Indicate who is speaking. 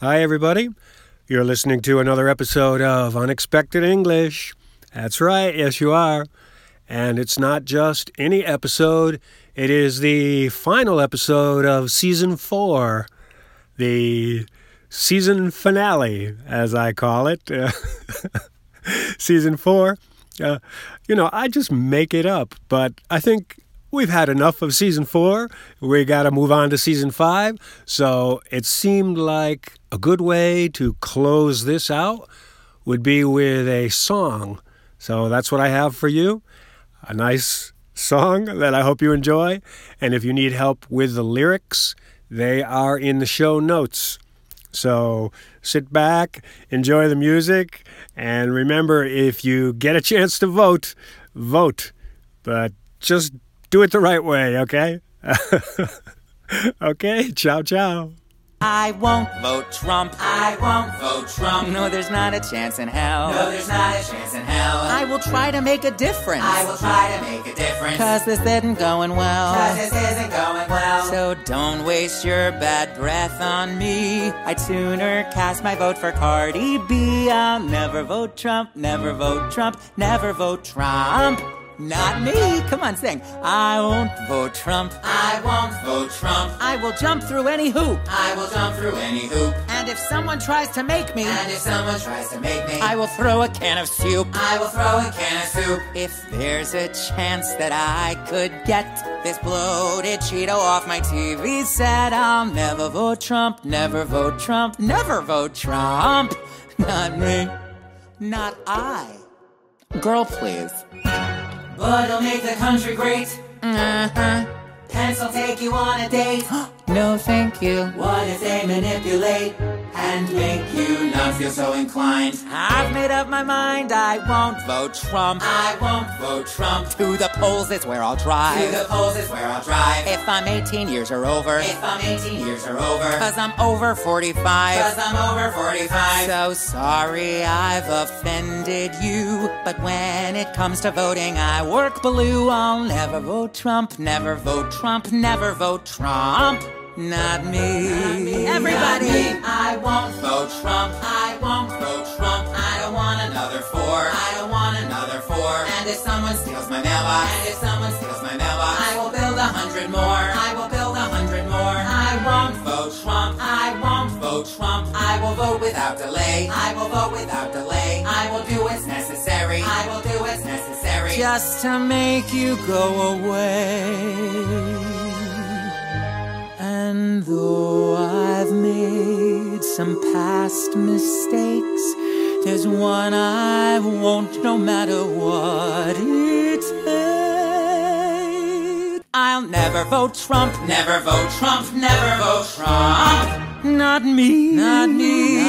Speaker 1: Hi, everybody. You're listening to another episode of Unexpected English. That's right, yes, you are. And it's not just any episode, it is the final episode of season four, the season finale, as I call it. season four. Uh, you know, I just make it up, but I think we've had enough of season four. We got to move on to season five. So it seemed like a good way to close this out would be with a song. So that's what I have for you a nice song that I hope you enjoy. And if you need help with the lyrics, they are in the show notes. So sit back, enjoy the music, and remember if you get a chance to vote, vote. But just do it the right way, okay? okay, ciao, ciao.
Speaker 2: I won't
Speaker 3: Vote Trump.
Speaker 2: I won't
Speaker 3: Vote Trump.
Speaker 2: No, there's not a chance in hell.
Speaker 3: No, there's not a chance in hell.
Speaker 2: I will try to make a difference.
Speaker 3: I will try to make a difference.
Speaker 2: Cause this isn't going well.
Speaker 3: 'Cause this isn't going well.
Speaker 2: So don't waste your bad breath on me. I'd sooner cast my vote for Cardi B. I'll never vote Trump, never vote Trump, never vote Trump. Not me. Come on, sing. I won't vote Trump.
Speaker 3: I won't vote Trump.
Speaker 2: I will jump through any hoop.
Speaker 3: I will jump through any hoop.
Speaker 2: And if someone tries to make me,
Speaker 3: And if someone tries to make me,
Speaker 2: I will throw a can of soup.
Speaker 3: I will throw a can of soup.
Speaker 2: If there's a chance that I could get this bloated Cheeto off my TV set, I'll never vote Trump, never vote Trump, never vote Trump. Not me. Not I. Girl, please.
Speaker 3: Bud'll make the country great.
Speaker 2: Uh-huh.
Speaker 3: Pencil take you on a date.
Speaker 2: No, thank you.
Speaker 3: What if they manipulate and make you not feel so inclined?
Speaker 2: I've made up my mind I won't vote Trump.
Speaker 3: I won't vote Trump. To
Speaker 2: To the polls is where I'll drive.
Speaker 3: the polls is where I'll drive.
Speaker 2: If I'm 18 years or over,
Speaker 3: If I'm 18 years or over.
Speaker 2: cause I'm over 45.
Speaker 3: Cause I'm over 45.
Speaker 2: So sorry I've offended you, but when it comes to voting, I work blue. I'll never vote Trump, never vote Trump, never vote Trump. Not me. Everybody.
Speaker 3: I won't vote Trump. I won't vote Trump. I don't want another four. I don't want another four. And if someone steals my mailbox, and if someone steals my mailbox, I will build a hundred more. I will build a hundred more. I won't vote Trump. I won't vote Trump. I will vote without delay. I will vote without delay. I will do what's necessary. I will do what's necessary.
Speaker 2: Just to make you go away. And though I've made some past mistakes, there's one I won't, no matter what it takes. I'll never vote Trump,
Speaker 3: Never vote Trump. Never vote Trump.
Speaker 2: not me, not me,